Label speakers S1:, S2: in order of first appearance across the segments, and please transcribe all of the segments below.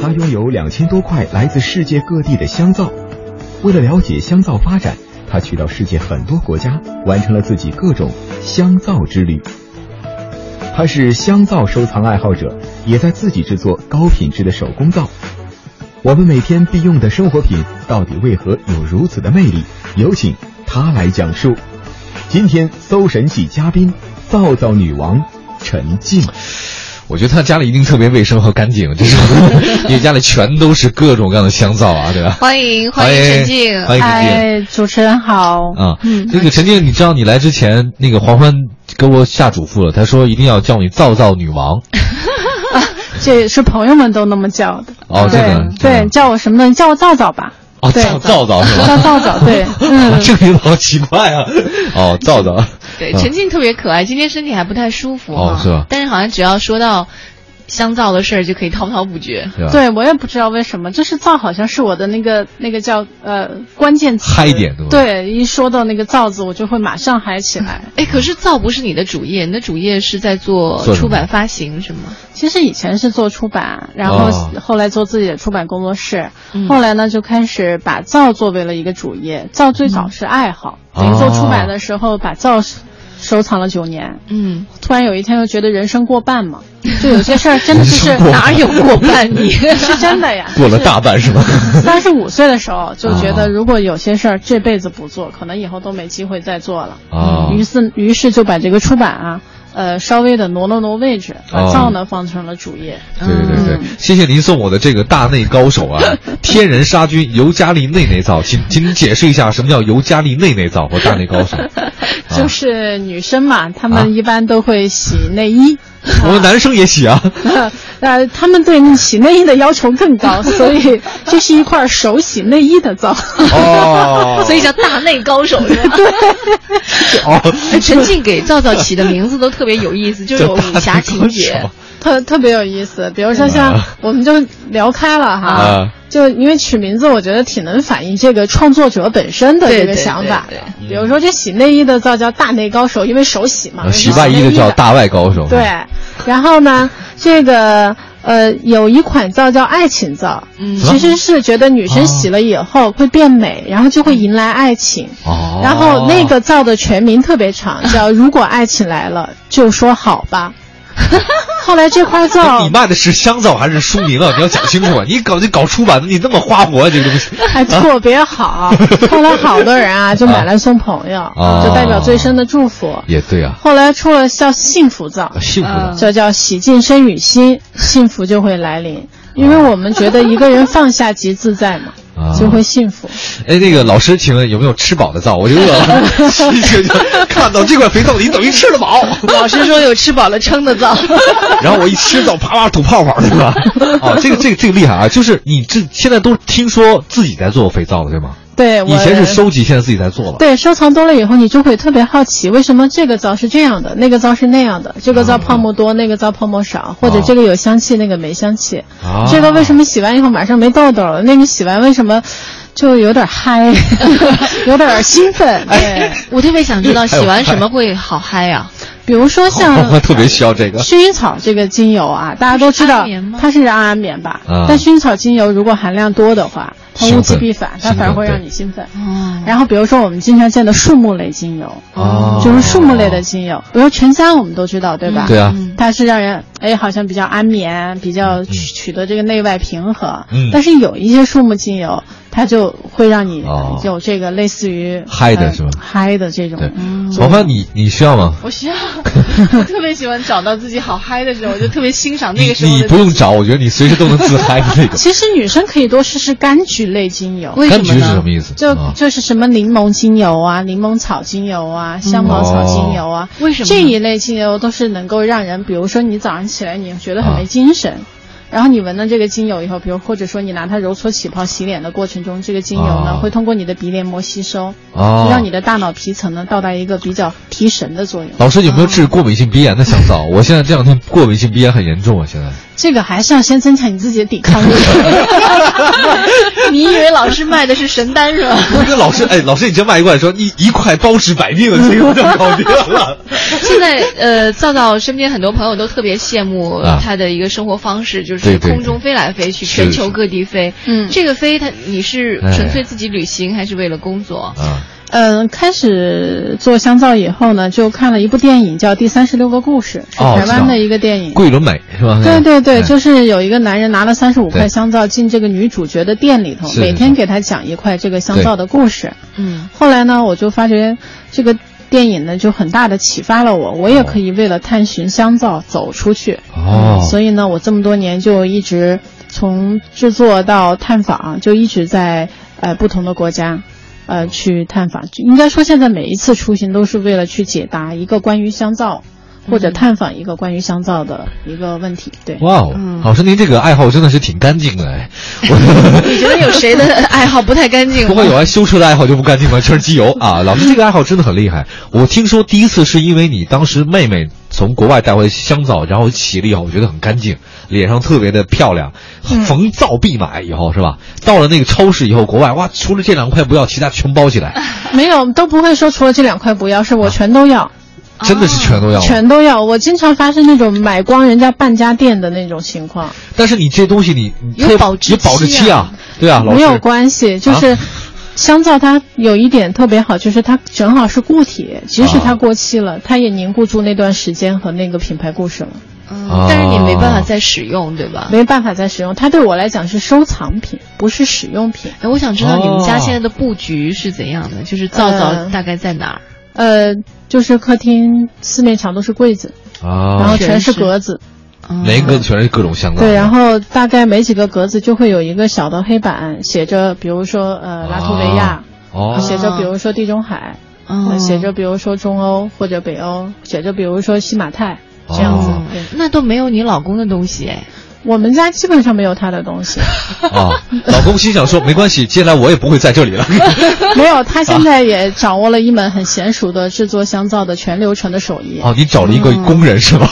S1: 他拥有两千多块来自世界各地的香皂。为了了解香皂发展，他去到世界很多国家，完成了自己各种香皂之旅。他是香皂收藏爱好者，也在自己制作高品质的手工皂。我们每天必用的生活品到底为何有如此的魅力？有请他来讲述。今天搜神记嘉宾，皂皂女王陈静。
S2: 我觉得他家里一定特别卫生和干净， 就是因为家里全都是各种各样的香皂啊，对吧？
S3: 欢迎欢迎陈静，
S2: 欢迎陈静。
S4: 哎，主持人好。
S2: 啊，
S4: 嗯
S2: 这个陈静，你知道你来之前，那个黄欢给我下嘱咐了，他说一定要叫你皂皂女王。
S4: 这是朋友们都那么叫的。
S2: 哦，这个
S4: 对对，，叫我什么呢？你叫我皂皂吧。
S2: 哦，
S4: 对
S2: 叫皂皂是吧？，
S4: 叫 皂皂，对，嗯
S2: 哦这个好奇怪啊。哦，皂皂，
S3: 对，
S2: 啊
S3: 陈静特别可爱，今天身体还不太舒服
S2: 哦
S3: 哈
S2: 是吧
S3: 但是好像只要说到香皂的事儿，就可以滔滔不绝。
S2: 对吧？
S4: 对我也不知道为什么，就是皂好像是我的那个那个叫呃关键词。
S2: 嗨点对吧
S4: 对，一说到那个皂字，我就会马上嗨起
S2: 嗯
S4: 来。
S3: 哎，可是皂不是你的主业，你的主业是在做
S2: 做什么
S3: 出版发行，是吗？
S4: 其实以前是做出版，然后
S2: 哦
S4: 后来做自己的出版工作室，
S3: 嗯
S4: 后来呢就开始把皂作为了一个主业。皂最
S2: 嗯
S4: 早是爱好，等
S2: 哦
S4: 于做出版的时候把皂收收藏了九年。
S3: 嗯，
S4: 突然有一天又觉得人生过半 嘛，就有些事儿真的就是
S2: 人生过
S3: 哪有过 半你？
S4: 是真的呀。
S2: 过了大半是吧？
S4: 三十五岁的时候就觉
S2: 啊
S4: 得，如果有些事儿这辈子不做，可能以后都没机会再做了。
S2: 啊
S4: 于是于是就把这个出版啊，呃，稍微的挪了挪位置，把
S2: 哦
S4: 皂呢放成了主业。
S2: 对对对对
S4: 嗯，
S2: 谢谢您送我的这个大内高手啊，天人杀菌尤加利内内皂，请请解释一下什么叫尤加利内内皂或大内高手？
S4: 就是女生嘛，她
S2: 哦啊
S4: 们一般都会洗内衣。
S2: 我们男生也洗啊，
S4: 呃，他们对那洗内衣的要求更高，所以这是一块手洗内衣的皂。
S2: 哦，
S3: 所以叫大内高手是 吧？
S2: 哦，
S3: 哎陈静给皂皂起的名字都特别有 意思，就有武侠情节。
S4: 特特别有意思。比如说像
S2: 啊
S4: 我们就聊开了哈，
S2: 啊
S4: 就因为取名字，我觉得挺能反映这个创作者本身的这
S3: 对对
S4: 个想法
S3: 对
S4: 的。比如说这洗内衣的皂叫大内高手，因为手洗嘛，
S2: 洗外衣的叫大外高手，
S4: 对，然后呢，这个呃，有一款皂叫爱情皂，
S3: 嗯
S4: 其实是觉得女生洗了以后会变美，然后就会迎来爱情。
S2: 哦，
S4: 然后那个皂的全名特别长， 叫“如果爱情来了，就说好吧”。后来这块
S2: 你
S4: 皂，
S2: 卖的是香皂还是书名啊？你要讲清楚啊！你搞这搞出版的，你那么花活、啊、这个东西，
S4: 哎，特别好。 后来好多 人啊，就买来送朋友，
S2: 啊
S4: 就代表最深的祝福。
S2: 也对啊，
S4: 后来出了叫幸福皂，
S2: 幸福的
S3: 啊
S4: 这叫洗净身与心，幸福就会来临。因为我们觉得一个人放下即自在嘛，
S2: 啊
S4: 就会幸福。
S2: 哎，那个老师，请问有没有吃饱的皂？我就饿了，看到这块肥皂，你等于吃了饱。
S3: 老师说有吃饱了撑的 皂。
S2: 然后我一吃皂，啪啪吐泡泡，对吧？哦，这个这个这个厉害啊！就是你这现在都听说自己在做肥皂了，对吗？
S4: 对，我
S2: 以前是收集，现在自己在做了。
S4: 对，收藏多了以后，你就会特别好奇，为什么这个皂是这样的，那个皂是那样的，这个皂泡沫
S2: 哦
S4: 多，那个皂泡沫少，或者这个有香气，那个没香气，
S2: 啊
S4: 这个为什么洗完以后马上没痘痘了，那个洗完为什么就有 点嗨，有点兴奋？对，
S2: 哎
S3: 哎我特别想知道洗完什么会好嗨啊？
S4: 比如说 像
S2: 我特别需要这个。
S4: 薰衣草这个精油啊，大家都知
S3: 它是安
S4: 道
S3: 眠吗
S4: 它是安眠吧
S2: 啊，
S4: 但薰衣草精油如果含量多的话，它物极必反，
S2: 兴
S4: 它
S2: 奋
S4: 反而
S2: 兴
S4: 会
S2: 奋
S4: 让你兴奋。
S3: 哦，
S4: 然后比如说我们经常见的树木类精油，
S2: 哦
S4: 就是树木类的精油，比如沉香，我们都知道对吧？
S2: 对啊
S3: 嗯
S4: 它是让人哎好像比较安眠，比较取取得这个内外平衡。
S2: 嗯
S4: 但是有一些树木精油，它就会让你
S2: 哦
S4: 有这个类似于
S2: 嗨的
S4: 呃
S2: 是吧
S4: 嗨的这种嗯
S2: 对。黄帆，你你需要吗？
S3: 我需要，我特别喜欢找到自己好嗨的时候，我就特别欣赏那
S2: 你
S3: 个时候
S2: 你
S3: 的
S2: 不用找，我觉得你随时都能自嗨的 那个。
S4: 其实女生可以多试试柑橘类精油。
S3: 为
S2: 柑
S3: 什
S2: 橘
S3: 么
S2: 是什
S3: 呢
S2: 么？意思？
S4: 就
S2: 啊
S4: 就是什么柠檬精油啊、柠檬草精油啊、香茅草精油
S3: 嗯
S4: 啊，
S3: 哦为什么呢
S4: 这一类精油都是能够让人，比如说你早上起来你觉得很
S2: 啊
S4: 没精神，
S3: 啊
S4: 然后你闻了这个精油以后，比如或者说你拿它揉搓起泡洗脸的过程中，这个精油呢、
S2: 啊
S4: 会通过你的鼻黏膜吸收，
S3: 啊
S2: 哦
S4: 让你的大脑皮层呢到达一个比较提神的作用。
S3: 哦
S2: 老师有没有治过敏性鼻炎的香皂？我现在这两天过敏性鼻炎很严重啊，现在
S4: 这个还是要先增强你自己的抵抗力。
S3: 你以为老师卖的是神 丹是吧？
S2: 那老师，哎，老师，你这卖一块说一一块包治百病，这个就搞定了。
S3: 现在呃，皂皂身边很多朋友都特别羡慕
S2: 啊
S3: 他的一个生活方式，就
S2: 对
S3: 是
S2: 对
S3: 空中飞来飞去，
S2: 是
S3: 全球各地飞。
S4: 嗯
S3: 这个飞它你是
S2: 哎
S3: 纯粹自己旅行，还是为了工作？
S2: 啊，
S4: 嗯，开始做香皂以后呢，就看了一部电影叫《第三十六个故事》，是
S2: 哦
S4: 台湾
S2: 知道
S4: 的一个电影。
S2: 桂纶镁是吧？
S4: 对对对，
S2: 哎
S4: 就是有一个男人拿了三十五
S2: 对
S4: 块香皂进这个女主角的店里头，
S2: 是是
S4: 每天给她讲一块这个香皂的故事。
S2: 哎
S3: 嗯，
S4: 后来呢，我就发觉这个电影呢就很大的启发了我，我也可以为了探寻香皂走出去。
S2: 哦
S4: 所以呢，我这么多年就一直从制作到探访，就一直在呃不同的国家。呃，去探访，应该说现在每一次出行都是为了去解答一个关于香皂，或者探访一个关于香皂的一个问题。对，
S2: 哇哦，
S4: 嗯
S2: 老师您这个爱好真的是挺干净的哎，我
S3: 你觉得有谁的爱好不太干净吗？
S2: 不会有爱修车的爱好就不干净吗？全是机油 啊！老师这个爱好真的很厉害，我听说第一次是因为你当时妹妹从国外带回香皂，然后洗了以后，我觉得很干净，脸上特别的漂亮，
S4: 嗯
S2: 逢皂必买以后是吧？到了那个超市以后，国外哇，除了这两块不要，其他全包起来，
S4: 没有都不会说除了这两块不要，
S2: 啊
S4: 是我全都要，啊
S3: 啊
S2: 真的是全都要。
S4: 全都要。我经常发生那种买光人家半家店的那种情况。
S2: 但是你这东西你你
S3: 有
S2: 它
S3: 保质
S2: 有保质
S3: 期
S2: 期
S3: 啊
S2: 啊，对啊，老师
S4: 没有关系，就是香皂它有一点特别好，就是它正好是固体，即使它过期
S2: 啊
S4: 了，它也凝固住那段时间和那个品牌故事了，
S3: 嗯
S2: 哦，
S3: 但是你没办法再使用，对
S2: 啊
S3: 吧？
S4: 没办法再使用。它对我来讲是收藏品，不是使用品。
S3: 哎，我想知道你们家
S2: 哦
S3: 现在的布局是怎样的？就是皂皂
S4: 呃
S3: 大概在哪儿？
S4: 呃，就是客厅四面墙都是柜子，然
S2: 啊
S4: 后，全
S3: 全
S4: 是
S3: 是
S4: 格子，
S3: 嗯
S2: 每一个全是啊各种香皂。
S4: 对，啊然后大概每几个格子就会有一个小的黑板，写着比如说呃拉脱维亚，
S2: 哦
S4: 写着比如说地中海，
S3: 嗯
S4: 呃写着比如说中欧或者北欧，写着比如说西马泰这样子。
S2: 哦
S4: 对，
S3: 那都没有你老公的东西哎。
S4: 我们家基本上没有他的东西，
S2: 啊，老公心想说没关系，接下来我也不会在这里了。
S4: 没有。他现在也掌握了一门很娴熟的制作香皂的全流程的手艺。
S2: 哦，你找了一个工人是吧？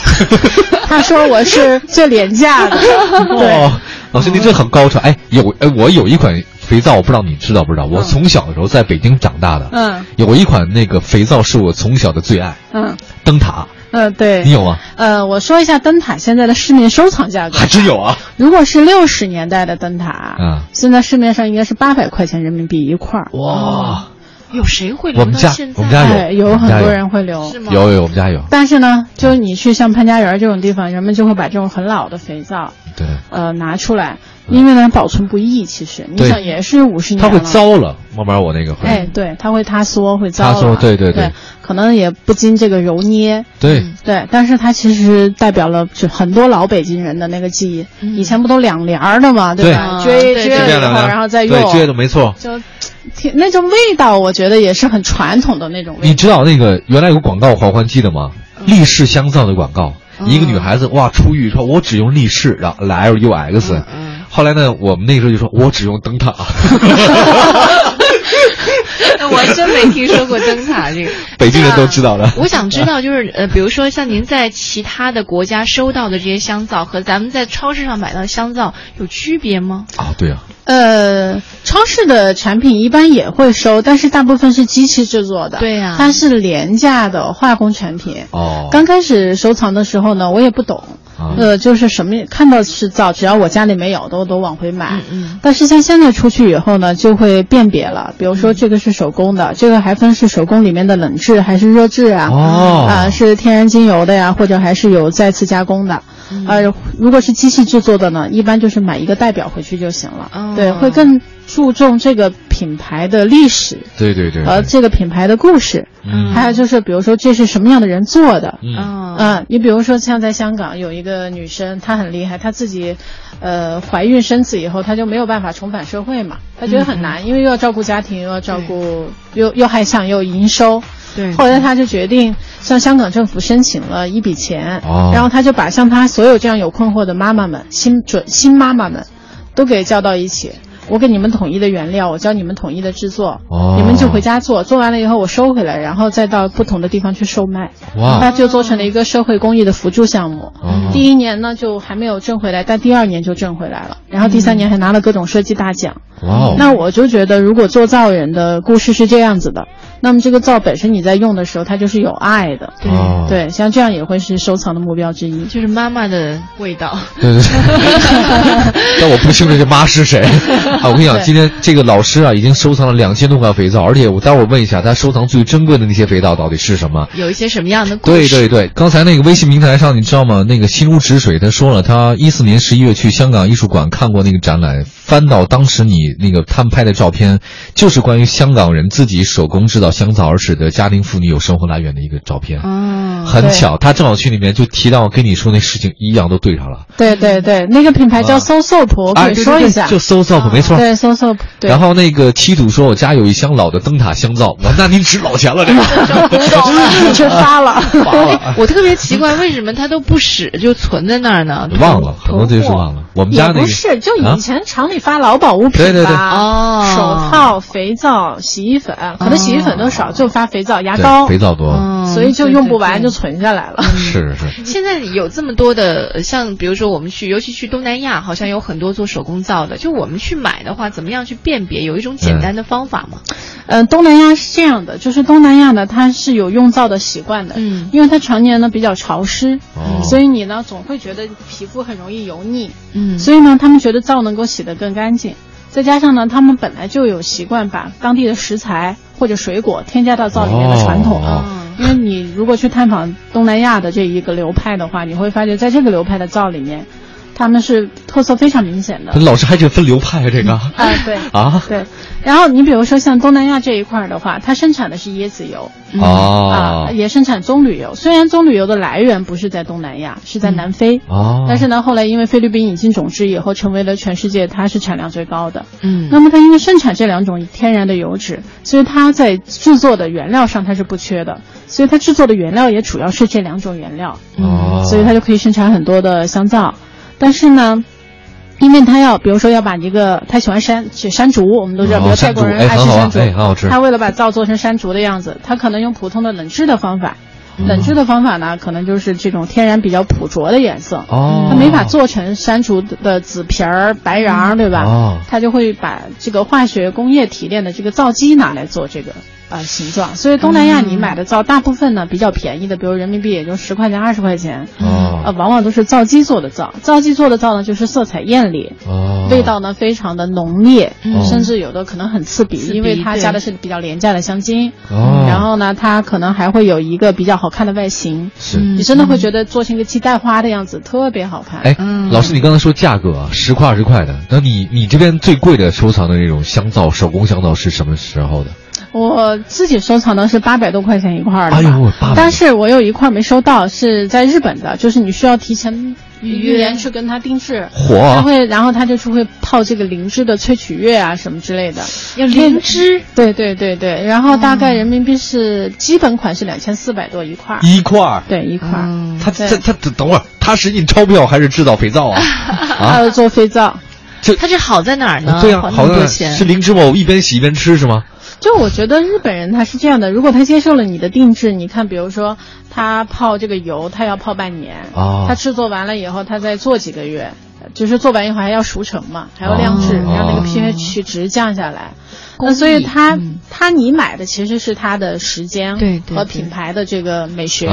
S4: 他说我是最廉 价的，对，
S2: 哦，老师您这很高超。哎，有哎，我有一款肥皂，我不知道你知道不知道？我从小的时候在北京长大的，
S4: 嗯
S2: 有一款那个肥皂是我从小的最爱，
S4: 嗯
S2: 灯塔，
S4: 嗯，
S2: 你
S4: 对。
S2: 有吗？
S4: 呃，我说一下灯塔现在的市面收藏价格
S2: 还，真有 啊！
S4: 如果是六十年代的灯塔，
S2: 嗯
S4: 现在市面上应该是八百块钱人民币一块儿。
S2: 哇，
S3: 有谁会留
S2: 我们
S3: 到
S2: 家
S3: 现在？
S2: 我们家
S4: 哎，
S2: 有
S4: 有很
S2: 加油
S4: 多人会留
S3: 是。吗？
S2: 有有有，我们家有。
S4: 但是呢，就是你去像潘家园这种地方，人们就会把这种很老的肥皂，
S2: 对，
S4: 呃拿出来，因为呢保存不易，其实你
S2: 对
S4: 想也是五十年
S2: 它会
S4: 了。
S2: 糟了，慢慢我那个会。
S4: 哎，对，它会塌缩，会糟了。啊
S2: 塌缩对对
S4: 对
S2: 对
S4: 可能也不经这个揉捏，
S2: 对，
S4: 对，但是它其实代表了就很多老北京人的那个记忆。
S3: 嗯
S4: 以前不都两帘儿的嘛，
S2: 对
S4: 吧？
S3: 啊
S4: 撅
S3: 对
S4: 一
S3: 对
S4: 撅
S2: 就这样
S4: 了以
S2: 两
S4: 后，
S2: 样
S4: 然后再用，
S2: 对，撅的没错。
S4: 就挺那种味道，我觉得也是很传统的那种
S2: 你
S4: 味道。
S2: 知道那个原来有个广告还还记得吗？
S4: 嗯
S2: 力士香皂的广告，一个女孩子哇出狱说，我只用力士，然后 L U X。后
S4: 嗯
S2: 来呢，我们那时候就说，我只用灯 塔。。
S3: 我还真没听说过灯塔这个
S2: 北京人都知道的
S3: 那啊我想知道，就是呃，比如说像您在其他的国家收到的这些香皂，和咱们在超市上买到香皂有区别吗？
S2: 啊，对啊，
S4: 呃，超市的产品一般也会收，但是大部分是机器制作的，
S3: 对呀
S4: 它是廉价的化工产品。
S2: 哦，
S4: 刚开始收藏的时候呢，我也不懂，
S2: 啊
S4: 呃，就是什么看到是皂，只要我家里没有的，我都往回买。
S3: 嗯
S4: 但是像现在出去以后呢，就会辨别了，比如
S2: 嗯
S4: 说这个是手工的，这个还分是手工里面的冷制还是热制啊，
S2: 哦
S4: 啊是天然精油的呀，或者还是有再次加工的。
S2: 嗯
S4: 呃，如果是机器制作的呢，一般就是买一个代表回去就行了。
S3: 哦
S4: 对，会更注重这个品牌的历史
S2: 对对对，
S4: 和
S2: 对
S4: 这个品牌的故事，
S2: 嗯
S4: 还有就是比如说这是什么样的人做的，
S2: 嗯，
S3: 嗯
S4: 嗯，你比如说像在香港有一个女生，她很厉害，她自己，呃，怀孕生子以后，她就没有办法重返社会嘛，她觉得很难，因为又要照顾家庭，又要照顾，又又还想有营收。
S3: 对
S4: 后来她就决定向香港政府申请了一笔钱，
S2: 哦
S4: 然后她就把像她所有这样有困惑的妈妈们、新准新妈妈们，都给叫到一起。我给你们统一的原料，我教你们统一的制作，
S2: 哦
S4: 你们就回家做，做完了以后我收回来，然后再到不同的地方去售卖。
S2: 哇
S4: 它就做成了一个社会公益的辅助项目。
S2: 哦
S4: 嗯第一年呢就还没有挣回来，但第二年就挣回来了，然后第三年还拿了各种设计大奖。
S2: 哇哦，
S4: 那我就觉得，如果做造人的故事是这样子的，那么这个皂本身你在用的时候，它就是有爱的。
S3: 对
S2: 哦
S4: 对，像这样也会是收藏的目标之一。
S3: 就是妈妈的味道。
S2: 对对对， 但我不清楚这妈是谁啊！我跟你讲，
S4: 对
S2: 今天这个老师啊，已经收藏了两千多块肥皂，而且我待会儿问一下，他收藏最珍贵的那些肥皂到底是什么？
S3: 有一些什么样的故
S2: 对
S3: 事？
S2: 对对，刚才那个微信平台上，你知道吗？那个心如止水，他说了，他一四年十一月去香港艺术馆看过那个展览，翻到当时你那个摊拍的照片，就是关于香港人自己手工制造香皂而使得家庭妇女有生活来源的一个照片。
S3: 哦，
S2: 很
S4: 嗯对
S2: 巧，他正好去里面就提到跟你说那事情一样，都对上了。
S4: 对对对，那个品牌
S2: 啊
S4: 叫 So Soap，我可
S2: 哎，
S4: 以
S2: 对
S4: 说
S2: 对
S4: 一
S2: 对
S4: 下。
S2: 就搜 soap 没错。
S4: 对 So Soap，对。
S2: 然后那个七土说：“我家有一箱老的灯塔香皂。”我说那您值老钱了，这 个
S4: 就发了。
S2: 花了。
S3: 哎我特别奇怪，为什么它都不使，就存在那儿呢？
S2: 忘了，很多东西是忘了。我们家那
S4: 也
S2: 个
S4: 不是，就
S2: 啊
S4: 以前厂里发劳保物品吧，
S2: 对对对
S3: 哦
S4: 手套、肥皂、洗衣粉，可能洗衣粉都少，就发肥皂、牙
S2: 对
S4: 膏
S2: 肥，皂多，
S3: 哦
S4: 所以就用不完，
S3: 对对对
S4: 就存下来了。
S2: 是是是，
S3: 现在有这么多的，呃像比如说我们去，尤其去东南亚，好像有很多做手工皂的。就我们去买的话，怎么样去辨别？有一种简单的方法吗？
S4: 呃，东南亚是这样的，就是东南亚呢，它是有用皂的习惯的，
S3: 嗯
S4: 因为它常年呢比较潮湿，
S2: 哦
S4: 所以你呢总会觉得皮肤很容易油腻，
S3: 嗯
S4: 所以呢，他们觉得皂能够洗得更干净。再加上呢，他们本来就有习惯把当地的食材或者水果添加到皂里面的传统。
S2: 哦
S4: 因为你如果去探访东南亚的这一个流派的话，你会发觉在这个流派的皂里面，他们是特色非常明显的。
S2: 老师还得分流派啊，这个
S4: 啊，对
S2: 嗯啊
S4: 对。然后你比如说像东南亚这一块儿的话，它生产的是椰子油。啊，
S2: 哦
S4: 也生产棕榈油。虽然棕榈油的来源不是在东南亚，是在南非，
S2: 哦，
S4: 但是呢，后来因为菲律宾引进种植以后，成为了全世界它是产量最高的。
S3: 嗯
S4: 那么它因为生产这两种天然的油脂，所以它在制作的原料上它是不缺的，所以它制作的原料也主要是这两种原料，嗯
S2: 哦，
S4: 所以它就可以生产很多的香皂。但是呢。因为它要，比如说要把一个，它喜欢山是山竹，我们都知道，
S2: 哦
S4: 比如
S2: 山
S4: 泰
S2: 竹
S4: 国人
S2: 哎
S4: 爱吃
S2: 很好啊
S4: 山竹，
S2: 哎很好吃
S4: 他为了把皂做成山竹的样子，他可能用普通的冷制的方法，
S2: 嗯
S4: 冷制的方法呢，可能就是这种天然比较朴拙的颜色，
S2: 哦，
S4: 它没法做成删除的紫皮儿、白瓤，对吧？
S2: 哦
S4: 它就会把这个化学工业提炼的这个皂基拿来做这个呃形状。所以东南亚
S2: 嗯
S4: 你买的皂大部分呢比较便宜的，比如人民币也就十块钱、二十块钱，
S3: 嗯
S4: 呃，
S2: 哦
S4: 往往都是皂基做的皂。皂基做的皂呢，就是色彩艳丽。
S2: 哦，
S4: 呃味道呢非常的浓烈，
S3: 嗯
S4: 甚至有的可能很刺鼻，
S3: 刺鼻
S4: 因为它
S3: 对
S4: 加的是比较廉价的香精。
S2: 哦
S4: 然后呢，它可能还会有一个比较好看的外形，
S2: 是。
S3: 嗯
S4: 你真的会觉得做成一个鸡蛋花的样子特别好看。
S2: 哎，
S3: 嗯
S2: 老师，你刚才说价格啊，十块二十块的，那你你这边最贵的收藏的那种香皂，手工香皂是什么时候的？
S4: 我自己收藏的是八百多块钱一块儿的吧，
S2: 哎呦，八百
S4: 但是我有一块没收到，是在日本的，就是你需要提前
S3: 预
S4: 预
S3: 约
S2: 哦
S4: 言去跟他定制。
S2: 火
S4: 他
S2: 啊，
S4: 会，然后他就是会泡这个灵芝的萃取液啊，什么之类的。
S3: 要灵芝，
S2: 哦
S4: 对对对对，然后大概人民币是、基本款是两千四百多一块儿，
S2: 一啊块儿。
S4: 对一块儿。
S3: 嗯
S2: 他
S4: 对
S2: 他他等等会儿，他是印钞票还是制造肥 皂啊？
S4: 还
S2: 啊，
S4: 有做肥皂，
S3: 它这好在哪儿呢？
S2: 对呀、
S3: 花那
S2: 好
S3: 么多
S2: 像
S3: 钱
S2: 是灵芝吗？我一边洗一边吃是吗？
S4: 就我觉得日本人他是这样的，如果他接受了你的定制，你看，比如说他泡这个油，他要泡半年，
S2: 哦
S4: 他制作完了以后，他再做几个月，就是做完以后还要熟成嘛，还要晾制，
S2: 哦
S4: 让那个
S2: 哦
S4: pH 值降下来。
S3: 工
S4: 那所以
S3: 艺
S4: 他、
S3: 嗯
S4: 他你买的其实是他的时间
S3: 对对
S4: 和
S3: 对
S4: 品牌的这个美学，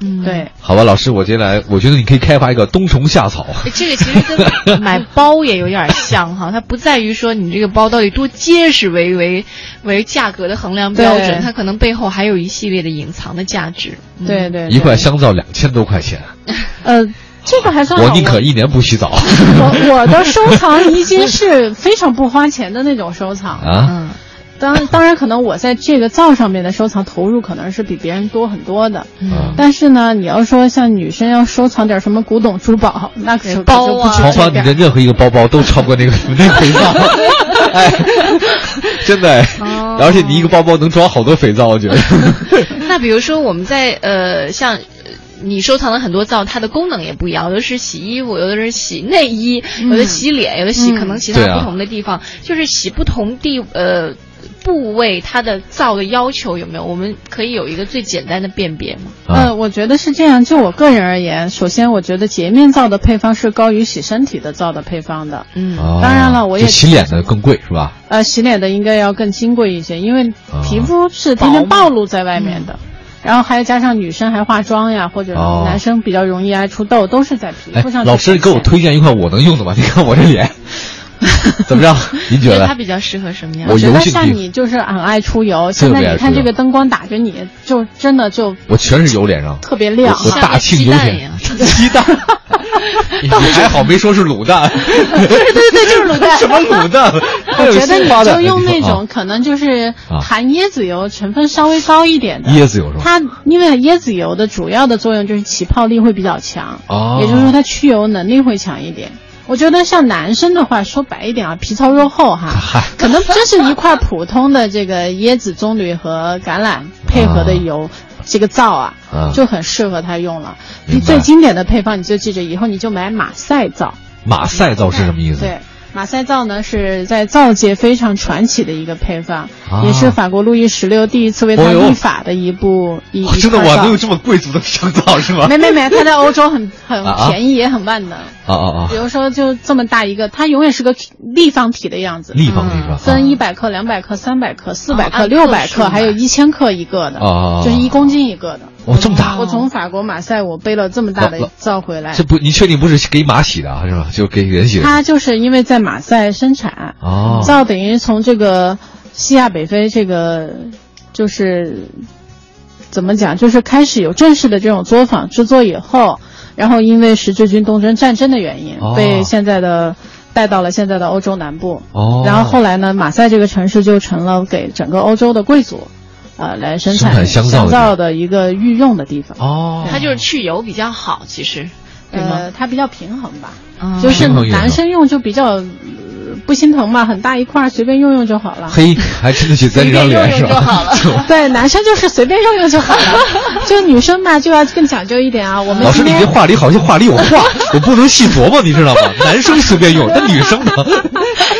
S3: 嗯
S4: 对。
S2: 好吧，老师，我接下来我觉得你可以开发一个冬虫夏草。
S3: 哎这个其实跟买包也有点像哈，它不在于说你这个包到底多结实为为为价格的衡量标准，
S4: 对
S3: 它可能背后还有一系列的隐藏的价值。嗯
S4: 对对，
S2: 一
S4: 对
S2: 块香皂两千多块钱，
S4: 呃，这个还算好。
S2: 我宁可一年不洗 澡
S4: 我我的收藏已经是非常不花钱的那种收藏，
S2: 啊。
S3: 嗯
S4: 当当然，可能我在这个皂上面的收藏投入可能是比别人多很多的，
S3: 嗯
S2: 啊
S4: 嗯但是呢，你要说像女生要收藏点什么古董珠宝，那可就
S3: 包啊
S4: 可就不止
S2: 黄
S4: 这
S2: 欢，你的
S4: 点。
S2: 任何一个包包都超过那 个那个肥皂，哎，真的、哎
S3: 哦
S2: 而且 你一个包包能装好多肥皂，我觉得。
S3: 那比如说我们在呃像呃你收藏了很多皂，它的功能也不一样，有的是洗衣服，有的是洗内衣，有的洗脸，有的洗可能其
S2: 嗯对啊
S3: 他不同的地方，就是洗不同地呃部位，它的皂的要求有没有？我们可以有一个最简单的辨别吗？
S2: 啊
S4: 呃，我觉得是这样。就我个人而言，首先我觉得洁面皂的配方是高于洗身体的皂的配方的。
S3: 嗯
S2: 哦
S4: 当然了我也
S2: 就洗脸的更贵是吧？
S4: 呃，洗脸的应该要更金贵一些，因为
S2: 啊
S4: 皮肤是天天暴露在外面的。
S3: 嗯
S4: 然后还有加上女生还化妆呀，或者
S2: 哦
S4: 男生比较容易爱出痘，都是在皮
S2: 哎
S4: 肤上。，
S2: 老师给我。推荐一款我能用的吧？ 你看我这 脸，怎么着？您觉
S3: 觉得
S2: 得
S3: 它？比较适合什么样
S2: 我？
S4: 觉
S2: 油
S4: 得
S2: 性
S4: 像
S2: 皮
S4: 你就是很爱出油，
S2: 特
S4: 现
S2: 别
S4: 在
S2: 爱
S4: 你
S2: 出
S4: 看这
S2: 油
S4: 个灯光打着你，就真的就
S2: 我全是油脸 上，
S4: 特别亮
S2: 我
S4: 啊。
S2: 大庆油
S3: 像个鸡蛋一
S2: 田
S3: 样，
S2: 鸡蛋，你还好没说是卤蛋，对
S4: 对对对，就是卤 蛋。
S2: 什么卤蛋？
S4: 我觉得你就用那
S2: 啊
S4: 种可能就是
S2: 啊
S4: 含椰子油成分稍微高一点的。
S2: 椰子油是吧？
S4: 它因为椰子油的主要的作用就是起泡力会比较强，
S2: 哦
S4: 也就是说它去油能力会强一点。我觉得像男生的话，说白一点啊，皮糙肉厚 哈，
S2: 嗨
S4: 可能真是一块普通的这个椰子棕榈和橄榄配合的油，这个皂啊，
S2: 啊
S4: 就很适合他用了。
S2: 明
S4: 你
S2: 白
S4: 最经典的配方，你就记着，以后你就买马赛皂。
S2: 马赛皂是什么意思？
S4: 对，马赛皂呢是在皂界非常传奇的一个配方，
S2: 啊
S4: 也是法国路易十六第一次为
S2: 哦
S4: 它
S2: 呦
S4: 立法的一部、一
S2: 哦，
S4: 一
S2: 真的
S4: 块
S2: 我
S4: 皂
S2: 能有这么贵族的香皂是吗？
S4: 没没没，它在欧 洲很很
S2: 啊啊
S4: 便宜，也很万能。
S2: 啊啊啊
S4: 比！如说，就这么大一个，它永远是个立方体的样子，
S2: 立方啊体是吧？
S4: 分一百克、两百克、三百克、四百
S3: 哦按
S4: 克、
S3: 克
S4: 六百
S3: 数
S4: 克，还有
S3: 买
S4: 一千克一个的，
S2: 哦
S4: 就是一公斤一个的。
S2: 哇哦这么大
S4: 我从法国马赛，我背了这么大
S2: 老老
S4: 的皂回来
S2: 这，不，你确定不是给马洗的啊？是吧？就给人洗的。
S4: 它就是因为在马赛生产，
S2: 哦，
S4: 皂等于从这个西亚北非这个就是怎么讲，就是开始有正式的这种作坊制作以后，然后因为十字军东征战争的原因，
S2: 哦
S4: 被现在的带到了现在的欧洲南部。
S2: 哦
S4: 然后后来呢，马赛这个城市就成了给整个欧洲的贵族，呃，来生
S2: 生产
S4: 产
S2: 香皂的地方
S4: 皂的一个御用的地方。
S2: 哦，
S3: 它就是去油比较好，其实，对吗？
S4: 呃，它比较平衡吧，
S3: 嗯
S4: 就是
S2: 平衡也好
S4: 男生用就比较、呃不心疼嘛，很大一块儿随便用用就好 了。
S2: 嘿，还真的写在这张脸上
S3: 随便用用 就好了
S4: 对，男生就是随便用用就好了，就女生嘛就要更讲究一点啊。我们
S2: 老师，
S4: 今
S2: 你
S4: 天
S2: 这话里好像话里有话， 我不能细琢磨，你知道吗？男生随便用，但女生 呢？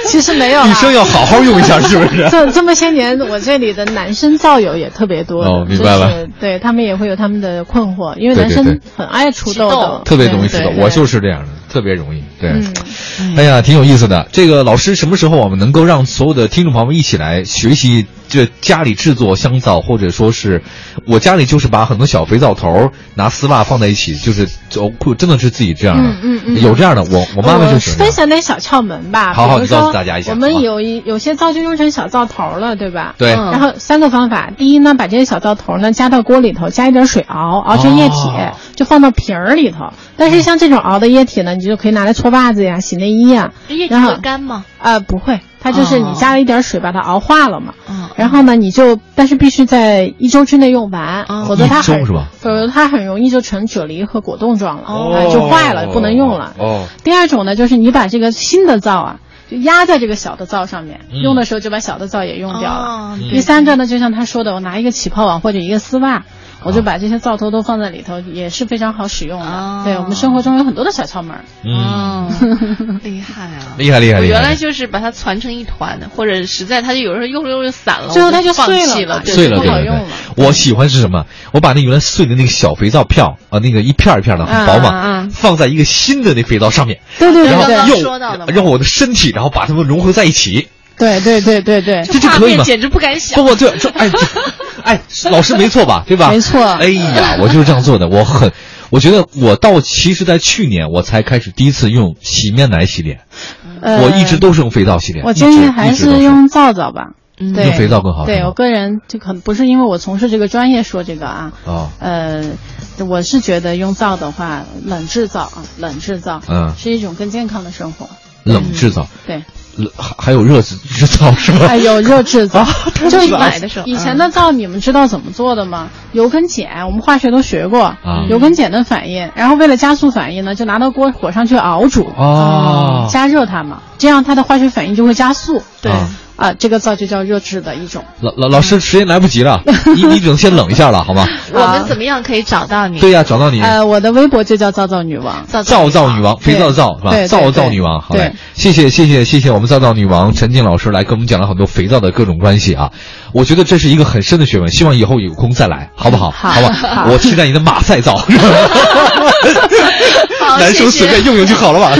S4: 其实没有啊啦
S2: 女生要好好用一下，是不 是？
S4: 这这么些年，我这里的男生造友也特别多的，
S2: 哦明白了
S4: 就是对他们也会有他们的困惑，因为
S2: 对
S4: 男
S2: 对
S4: 生
S2: 对
S4: 很爱出痘
S3: 起
S4: 痘
S3: 痘，
S2: 特别容易出
S4: 对
S2: 痘，
S4: 对
S2: 我就是这样的，特别容易。对，
S4: 嗯
S2: 哎呀，挺有意思的。这个老师什么时候我们能够让所有的听众朋友们一起来学习这家里制作香皂，或者说是我家里就是把很多小肥皂头儿拿丝袜放在一起，就是走裤，真的是自己这样的，
S4: 嗯嗯嗯
S2: 有这样的。我我妈妈就是这
S4: 分
S2: 样
S4: 享点小窍门吧，
S2: 好好
S4: 比如
S2: 你告诉
S4: 说
S2: 大家一下
S4: 我
S2: 好
S4: 们有一有些皂就用成小皂头儿了，对吧？
S2: 对，
S3: 嗯
S4: 然后三个方法，第一呢，把这些小皂头呢加到锅里头，加一点水熬，熬成液体，
S2: 哦
S4: 就放到瓶儿里头。但是像这种熬的液体呢，你就可以拿来搓袜子呀、洗内衣呀。
S3: 液体
S4: 然后
S3: 会干吗？
S4: 呃，不会，它就是
S3: 哦
S4: 你加了一点水把它熬化了嘛。
S3: 嗯，
S4: 然后呢，你就但是必须在一周之内用完，
S3: 哦
S4: 否则它
S2: 一周
S4: 很
S2: 是吧
S4: 否则它很容易就成啫喱和果冻状了，哎就坏了，不能用了。
S2: 哦，
S4: 第二种呢，就是你把这个新的皂啊，就压在这个小的皂上面，
S2: 嗯
S4: 用的时候就把小的皂也用掉了。
S3: 哦
S4: 第三个呢，就像他说的，我拿一个起泡网或者一个丝袜，我就把这些皂头都放在里头，也是非常好使用的。
S3: 哦
S4: 对我们生活中有很多的小窍门儿。
S2: 嗯，
S3: 哦，厉害啊！
S2: 厉害厉害
S4: 哦
S3: 我
S2: 厉害！
S3: 原来就是把它攒成一团的，或者实在它就有时候用着用着散了，
S4: 最后
S3: 我
S4: 它就
S3: 放
S4: 碎
S3: 弃
S4: 了
S3: 了，
S4: 嘛
S3: 对
S2: 碎了，
S4: 不
S2: 对
S4: 好
S2: 对
S4: 用了
S2: 对。我喜欢是什么？我把那原来碎的那个小肥皂票啊，那个一片儿一片儿的很薄嘛，
S3: 嗯嗯嗯
S2: 放在一个新的那肥皂上面，
S4: 对啊对
S2: 然
S4: 对
S2: 后
S4: 对
S3: 刚
S2: 用
S3: 说到的嘛
S2: 让我的身体，然后把它们融合在一起，
S4: 对对对对对，
S2: 这这
S3: 画
S2: 可以
S3: 面
S2: 吗？
S3: 简直不敢
S2: 不
S3: 想。
S2: 不，这这哎这 哎，老师没错 吧？对吧？
S4: 没错
S2: 哎呀，我就是这样做的，我 很。我觉得我到其实，在去年我才开始第一次用洗面奶洗脸，
S4: 呃，
S2: 我一直。都是用肥皂洗脸。
S4: 我
S2: 一
S4: 建议
S2: 直
S4: 还
S2: 一直都
S4: 是用皂皂吧，
S3: 嗯
S4: 对，
S2: 用肥皂更哦好是
S4: 对
S2: 吗
S4: 我个人就可能不是因为我从事这个专业说这个啊，
S2: 哦
S4: 呃，我是觉得用皂的话，冷制皂啊，冷制皂，
S2: 嗯
S4: 是一种更健康的生活。
S2: 冷制皂，
S4: 对，
S2: 冷还还有热制皂是吧？
S4: 还有热制
S2: 哦
S4: 皂，就以
S3: 买
S2: 嗯
S3: 的时候
S4: 以前的皂，你们知道怎么做的吗？油跟碱，我们化学都学过
S2: 啊，
S4: 油跟碱的反应，然后为了加速反应呢，就拿到锅火上去熬煮，嗯
S2: 哦
S4: 加热它嘛，这样它的化学反应就会加速。
S2: 对啊
S4: 啊，这个皂就叫热制的一种。
S2: 老老老师，时间来不及了，你你只能先冷一下了，好吗？
S3: 我们怎么样可以找到你？
S2: 对呀、找到你，
S4: 呃，我的微博就叫皂皂女王。
S3: 造
S2: 皂皂女王，
S4: 对
S2: 肥皂的皂是吧？
S4: 对对
S2: 皂皂
S4: 对
S2: 女王，好
S4: 对
S2: 嘞，谢谢谢谢谢谢我们皂皂女王陈静老师来跟我们讲了很多肥皂的各种关系啊，我觉得这是一个很深的学问，希望以后有空再来，好不好？
S4: 好
S2: 吧，
S4: 好
S2: 我期 待你的马赛皂，
S3: 好
S2: 男生
S3: 谢
S2: 随
S3: 谢
S2: 便用用就好了吧。